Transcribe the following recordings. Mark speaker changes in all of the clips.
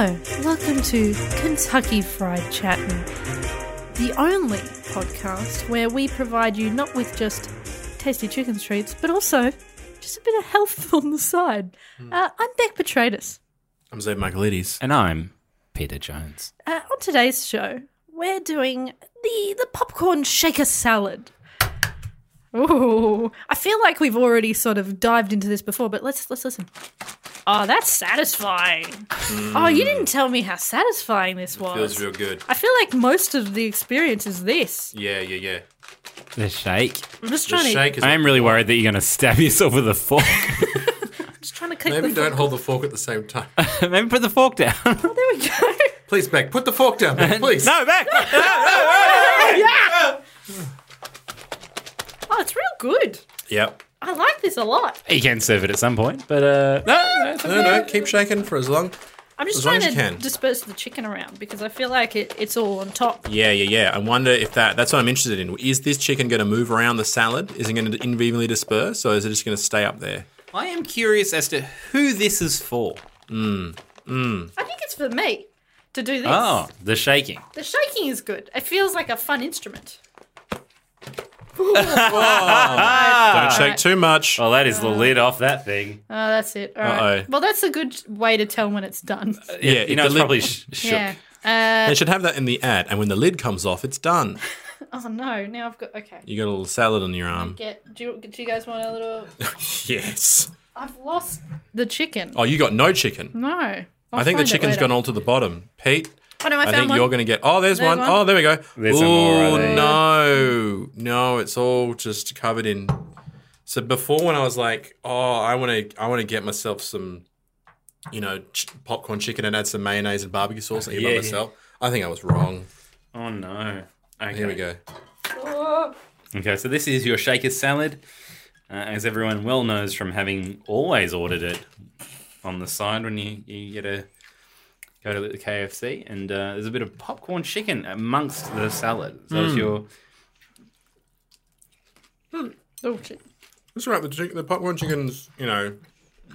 Speaker 1: Welcome to Kentucky Fried Chatting, the only podcast where we provide you not with just tasty chicken treats, but also just a bit of health on the side.
Speaker 2: Hmm.
Speaker 1: Uh, I'm Beck Petratus.
Speaker 2: I'm Zeb Michaelides.
Speaker 3: And I'm Peter Jones.
Speaker 1: Uh, on today's show, we're doing the, the popcorn shaker salad. Ooh, I feel like we've already sort of dived into this before, but let's let's listen. Oh, that's satisfying. Oh, you didn't tell me how satisfying this was.
Speaker 2: Hmm. Feels real good.
Speaker 1: I feel like most of the experience is this.
Speaker 2: Yeah, yeah, yeah.
Speaker 3: The shake.
Speaker 1: I'm just
Speaker 2: The
Speaker 1: trying to
Speaker 2: shake is.
Speaker 3: I am really worried that you're going to stab yourself with a fork.
Speaker 1: just trying to click
Speaker 2: Maybe
Speaker 1: the
Speaker 2: don't
Speaker 1: fork.
Speaker 2: hold the fork at the same time.
Speaker 3: Maybe put the fork down.
Speaker 1: Oh, there we go.
Speaker 2: please, Beck, put the fork down, Beck, please.
Speaker 3: no, back.
Speaker 1: Oh, it's real good.
Speaker 2: Yep.
Speaker 1: I like this a lot.
Speaker 3: you can serve it at some point, but uh, no, no, it's
Speaker 2: No, no, keep shaking for as long.
Speaker 1: I'm just
Speaker 2: As long
Speaker 1: trying
Speaker 2: as
Speaker 1: to
Speaker 2: you can.
Speaker 1: disperse the chicken around because I feel like it, it's all on top.
Speaker 2: Yeah, yeah, yeah. I wonder if that, that's what I'm interested in. Is this chicken going to move around the salad? Is it going to evenly disperse or is it just going to stay up there?
Speaker 3: I am curious as to who this is for.
Speaker 1: I think it's for me to do this.
Speaker 3: Oh, the shaking.
Speaker 1: The shaking is good. It feels like a fun instrument.
Speaker 2: Don't shake too much.
Speaker 3: Uh, Well, that is the lid off that thing.
Speaker 1: Oh, that's it. All right.
Speaker 2: Uh-oh.
Speaker 1: Well, that's a good way to tell when it's done.
Speaker 2: yeah,
Speaker 3: you
Speaker 2: the
Speaker 3: know, it's
Speaker 2: lid-
Speaker 3: probably sh- shook.
Speaker 1: Yeah. Uh,
Speaker 2: They should have that in the ad, and when the lid comes off, it's done.
Speaker 1: oh no! Now I've got okay.
Speaker 2: You got a little salad on your arm.
Speaker 1: Get do you, do you guys want a little?
Speaker 2: Yes.
Speaker 1: I've lost the chicken.
Speaker 2: Oh, you got no chicken.
Speaker 1: No. I'll
Speaker 2: I think
Speaker 1: find
Speaker 2: the
Speaker 1: it
Speaker 2: chicken's
Speaker 1: later.
Speaker 2: gone all to the bottom. Pete,
Speaker 1: Oh no! I
Speaker 2: I
Speaker 1: found
Speaker 2: think
Speaker 1: one.
Speaker 2: you're going to get. Oh, there's,
Speaker 1: There's
Speaker 2: one.
Speaker 1: one.
Speaker 2: Oh, there we go.
Speaker 3: There's some more
Speaker 2: oh
Speaker 3: right there.
Speaker 2: no, no, it's all just covered in. So before, when I was like, oh, I want to, I want to get myself some, you know, ch- popcorn chicken and add some mayonnaise and barbecue sauce and eat by
Speaker 3: Yeah.
Speaker 2: myself. I think I was wrong.
Speaker 3: Oh no. Okay.
Speaker 2: Here we go.
Speaker 1: Oh,
Speaker 3: Okay, so this is your shaker salad, uh, as everyone well knows from having always ordered it on the side when you, you get a go to the KFC, and uh, there's a bit of popcorn chicken amongst the salad. So it's your
Speaker 1: oh shit.
Speaker 2: That's right. The, chick- the popcorn chicken's, you know,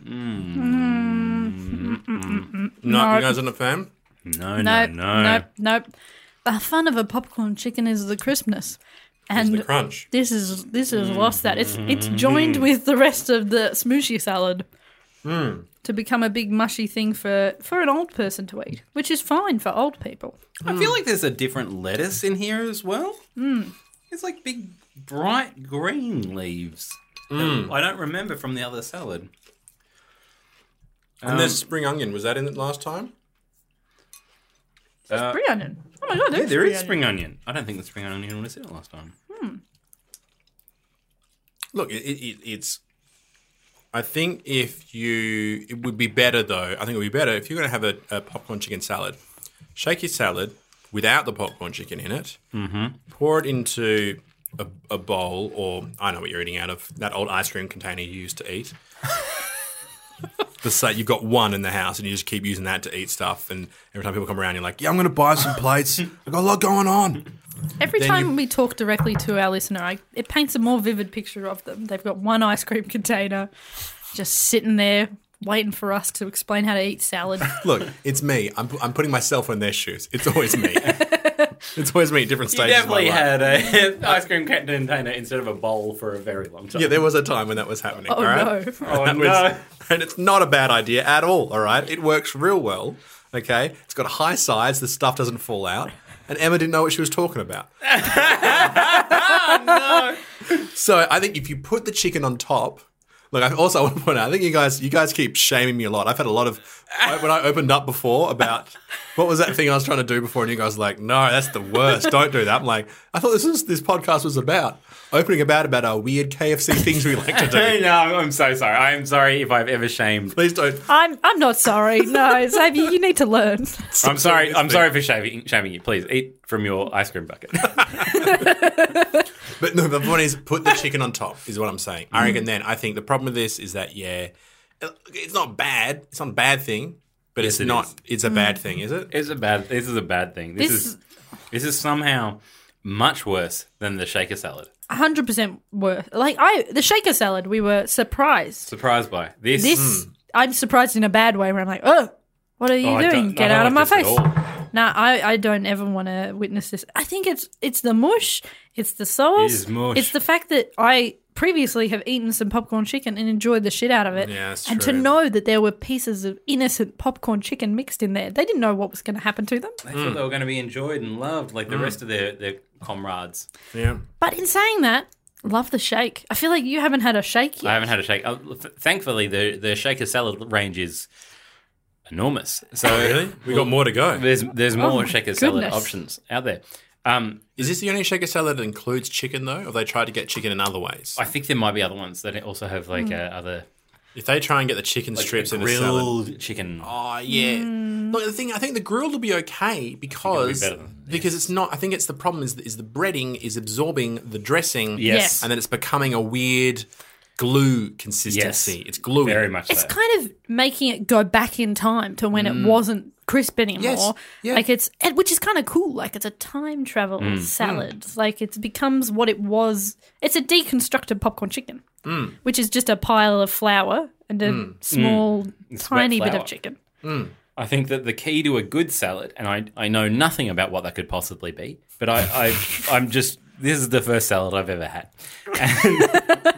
Speaker 2: Mm. no, you guys aren't a fan.
Speaker 3: no, no,
Speaker 1: Nope,
Speaker 3: no.
Speaker 1: nope, nope. The fun of a popcorn chicken is the crispness, and
Speaker 2: The Mm. crunch.
Speaker 1: this is this has lost that. It's it's joined
Speaker 2: Mm.
Speaker 1: with the rest of the smooshy salad
Speaker 2: Mm.
Speaker 1: to become a big mushy thing for for an old person to eat, which is fine for old people.
Speaker 3: I feel like there's a different lettuce in here as well. It's like big, bright green leaves. that I don't remember from the other salad.
Speaker 2: And there's spring onion. Was that in it last time?
Speaker 3: Uh,
Speaker 1: Spring onion. Oh my god,
Speaker 3: yeah,
Speaker 1: there's
Speaker 3: there is spring onion. I don't think the spring onion was in it last time.
Speaker 2: Look, it, it, it, it's. I think if you, it would be better though. I think it would be better if you're going to have a, a popcorn chicken salad. Shake your salad without the popcorn chicken in it. Mm-hmm. Pour it into a, a bowl, or I know what you're eating out of that old ice cream container you used to eat. the sa- you've got one in the house, and you just keep using that to eat stuff. And every time people come around, you're like, "Yeah, I'm going to buy some plates. I've got a lot going on."
Speaker 1: Every
Speaker 2: Then
Speaker 1: time
Speaker 2: you-
Speaker 1: we talk directly to our listener, I, it paints a more vivid picture of them. They've got one ice cream container just sitting there waiting for us to explain how to eat salad.
Speaker 2: Look, it's me. I'm, I'm putting myself in their shoes. It's always me. it's always me. at Different
Speaker 3: You
Speaker 2: stages. of my
Speaker 3: definitely
Speaker 2: life.
Speaker 3: had a ice cream container instead of a bowl for a very long time.
Speaker 2: Yeah, there was a time when that was happening.
Speaker 1: Oh
Speaker 2: all right?
Speaker 1: no.
Speaker 3: Oh,
Speaker 2: That was-
Speaker 3: no.
Speaker 2: and it's not a bad idea at all. All right, it works real well. Okay, it's got a high size. The stuff doesn't fall out. And Emma didn't know what she was talking about. Oh, So I think if you put the chicken on top, look. I also want to point out. I think you guys, you guys keep shaming me a lot. I've had a lot of when I opened up before about what was that thing I was trying to do before, and you guys were like, no, that's the worst. Don't do that. I'm like, I thought this was this podcast was about opening about about our weird KFC things we like to do.
Speaker 3: no, I'm I'm so sorry. I'm sorry if I've ever shamed.
Speaker 2: Please don't.
Speaker 1: I'm I'm not sorry. No, Xavier, you need to learn.
Speaker 3: I'm sorry. I'm sorry for shaming, shaming you. Please eat from your ice cream bucket.
Speaker 2: But no, the point is, put the chicken on top is what I'm saying. I reckon. Then I think the problem with this is that yeah, it's not bad. It's not a bad thing, but it's
Speaker 3: it
Speaker 2: not.
Speaker 3: is.
Speaker 2: It's a bad thing, is it?
Speaker 3: it's a bad. This is a bad thing. This,
Speaker 1: This-
Speaker 3: is this is somehow much worse than the shaker salad.
Speaker 1: hundred percent worth. Like I, the shaker salad, we were surprised.
Speaker 3: Surprised by this.
Speaker 1: This, I'm surprised in a bad way. Where I'm like, oh, What are you
Speaker 3: Hmm. Oh, I
Speaker 1: doing?
Speaker 3: don't- I
Speaker 1: Get
Speaker 3: don't
Speaker 1: out of my
Speaker 3: like
Speaker 1: face.
Speaker 3: this at
Speaker 1: Nah, I, I don't ever want to witness this. I think it's it's the mush, it's the sauce,
Speaker 3: It is mush.
Speaker 1: it's the fact that I previously have eaten some popcorn chicken and enjoyed the shit out of it.
Speaker 2: Yeah, that's
Speaker 1: and to
Speaker 2: true.
Speaker 1: know that there were pieces of innocent popcorn chicken mixed in there, they didn't know what was going to happen to them.
Speaker 3: They thought they were going to be enjoyed and loved like the rest of their, their comrades.
Speaker 2: Yeah.
Speaker 1: But in saying that, love the shake. I feel like you haven't had a shake
Speaker 3: I
Speaker 1: yet.
Speaker 3: haven't had a shake. Uh, th- thankfully, the the shaker salad range is enormous. So
Speaker 2: Really? We got more to go.
Speaker 3: there's there's more
Speaker 1: Oh my
Speaker 3: shaker salad
Speaker 1: goodness.
Speaker 3: options out there. Um,
Speaker 2: Is this the only shaker salad that includes chicken though? Or they try to get chicken in other ways?
Speaker 3: I think there might be other ones that also have like
Speaker 1: Hmm.
Speaker 3: uh, other
Speaker 2: If they try and get the chicken strips in the salad.
Speaker 3: grilled chicken.
Speaker 2: Oh yeah. Look, the thing I think the grilled will be okay because
Speaker 3: better than-
Speaker 2: because it's not. I think it's the problem is is the breading is absorbing the dressing.
Speaker 3: Yes.
Speaker 2: and then it's becoming a weird glue consistency.
Speaker 3: Yes.
Speaker 2: It's gluey.
Speaker 3: Very much.
Speaker 1: It's
Speaker 3: so.
Speaker 1: kind of making it go back in time to when it wasn't crisp anymore.
Speaker 2: Mm. Yes, yeah. Mm.
Speaker 1: Like it's and- which is kind of cool. Like it's a time travel salad. Like it becomes what it was. It's a deconstructed popcorn chicken,
Speaker 2: Mm.
Speaker 1: which is just a pile of flour and a small, tiny bit
Speaker 3: flour.
Speaker 1: of chicken.
Speaker 3: I think that the key to a good salad, and I, I know nothing about what that could possibly be, but I, I I'm just this is the first salad I've ever had. And-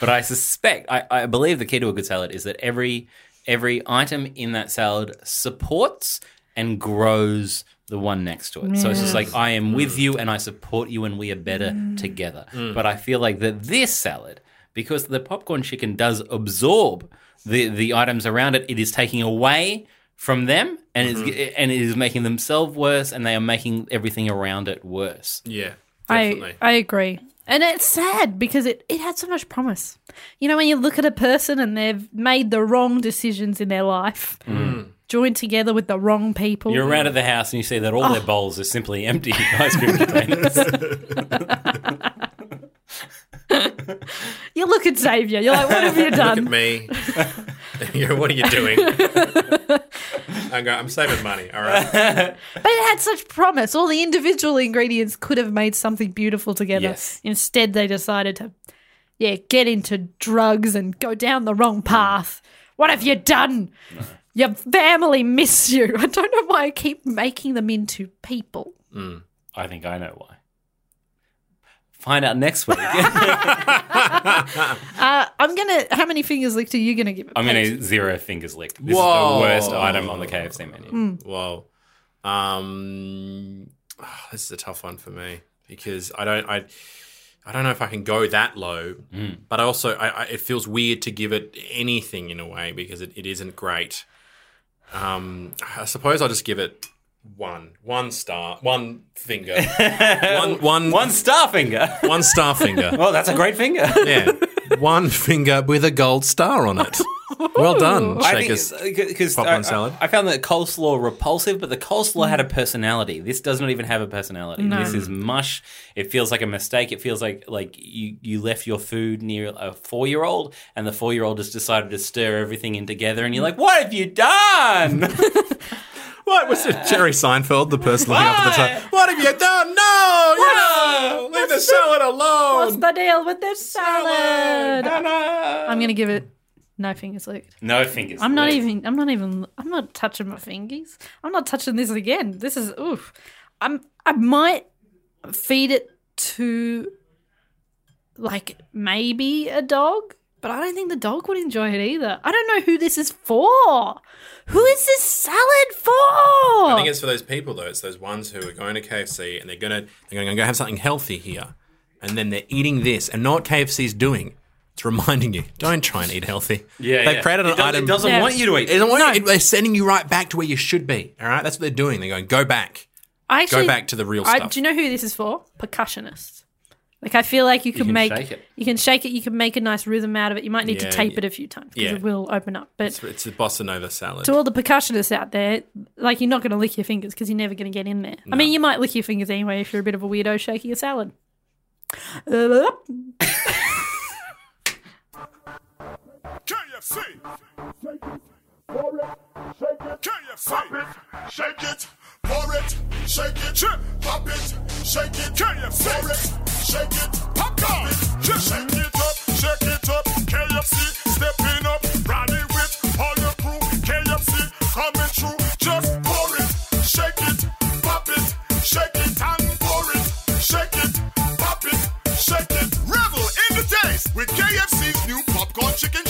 Speaker 3: but I suspect I, I believe the key to a good salad is that every every item in that salad supports and grows the one next to it. So it's just like I am with you and I support you and we are better together. But I feel like that this salad, because the popcorn chicken does absorb the, the items around it, it is taking away from them and it's, and it is making themselves worse and they are making everything around it worse.
Speaker 2: Yeah,
Speaker 1: I
Speaker 2: definitely.
Speaker 1: I agree. And it's sad because it, it had so much promise. You know, when you look at a person and they've made the wrong decisions in their life,
Speaker 2: Mm.
Speaker 1: joined together with the wrong people.
Speaker 3: You're around at the house and you see that all their bowls are simply empty ice cream containers.
Speaker 1: You look at Xavier, you're like, what have you
Speaker 2: Look at
Speaker 1: done?
Speaker 2: me. You go, what are you doing? I go. I'm saving money. All right.
Speaker 1: But it had such promise. All the individual ingredients could have made something beautiful together.
Speaker 3: Yes.
Speaker 1: Instead, they decided to, yeah, get into drugs and go down the wrong path. What have you done? Your family miss you. I don't know why I keep making them into people.
Speaker 3: I think I know why. Find out next week.
Speaker 1: Uh, I'm gonna. How many fingers licked are you gonna give it?
Speaker 3: I'm
Speaker 1: Paige?
Speaker 3: going to zero fingers licked. This
Speaker 2: Whoa.
Speaker 3: is the worst item on the KFC menu.
Speaker 2: Whoa. Um, this is a tough one for me because I don't. I. I don't know if I can go that low,
Speaker 3: Mm.
Speaker 2: but I also I, I, it feels weird to give it anything in a way because it, it isn't great. Um, I suppose I'll just give it one, one star, one finger, one, one,
Speaker 3: One star finger.
Speaker 2: one star finger.
Speaker 3: Well, that's a great finger.
Speaker 2: Yeah. One finger with a gold star on it. Well done,
Speaker 3: I think
Speaker 2: Shakers.
Speaker 3: because
Speaker 2: popcorn
Speaker 3: I,
Speaker 2: salad. Mm.
Speaker 3: I found that coleslaw repulsive, but the coleslaw had a personality. This does not even have a personality. This is mush. It feels like a mistake. It feels like like you, you left your food near a four year old, and the four year old just decided to stir everything in together, and you're like, "What have you done?"
Speaker 2: What was it? Jerry Seinfeld, the person looking up at the time. What have you done? No! You know, leave the salad
Speaker 1: What's
Speaker 2: alone!
Speaker 1: the deal with this salad?
Speaker 3: Hannah!
Speaker 1: I'm gonna give it no fingers licked.
Speaker 3: no fingers.
Speaker 1: I'm not
Speaker 3: licked.
Speaker 1: even. I'm not even. I'm not touching my fingers. I'm not touching this again. This is oof. I'm. I might feed it to, like maybe a dog, but I don't think the dog would enjoy it either. I don't know who this is for. Who is this salad for?
Speaker 2: I think it's for those people though. It's those ones who are going to KFC and they're gonna they're gonna go have something healthy here, and then they're eating this and know what KFC's doing. It's reminding you, don't try and eat healthy.
Speaker 3: Yeah,
Speaker 2: they
Speaker 3: yeah.
Speaker 2: created an
Speaker 3: it does-
Speaker 2: item.
Speaker 3: It doesn't
Speaker 1: Yeah.
Speaker 3: want you to eat.
Speaker 2: It doesn't want you- they're sending you right back to where you should be. All right, that's what they're doing. They're going, go back.
Speaker 1: I actually,
Speaker 2: back to the real
Speaker 1: I,
Speaker 2: stuff.
Speaker 1: Do you know who this is for? Percussionists. Like I feel like you can,
Speaker 3: can
Speaker 1: make
Speaker 3: shake it.
Speaker 1: you can shake it. You can make a nice rhythm out of it. You might need
Speaker 2: Yeah,
Speaker 1: to tape
Speaker 2: yeah.
Speaker 1: it a few times because
Speaker 2: Yeah.
Speaker 1: it will open up. But
Speaker 2: It's, it's the bossa nova salad.
Speaker 1: to all the percussionists out there, like you're not going to lick your fingers because you're never going to get in there. I mean, you might lick your fingers anyway if you're a bit of a weirdo shaking a salad.
Speaker 4: KFC. Pour it, shake it, KFC. Pop it, shake it, pour it, shake it, chip. Pop it, shake it, KFC. Pour it, shake it, popcorn. Just shake it up, shake it up, KFC. Stepping up, rally with all your crew. KFC coming through. chicken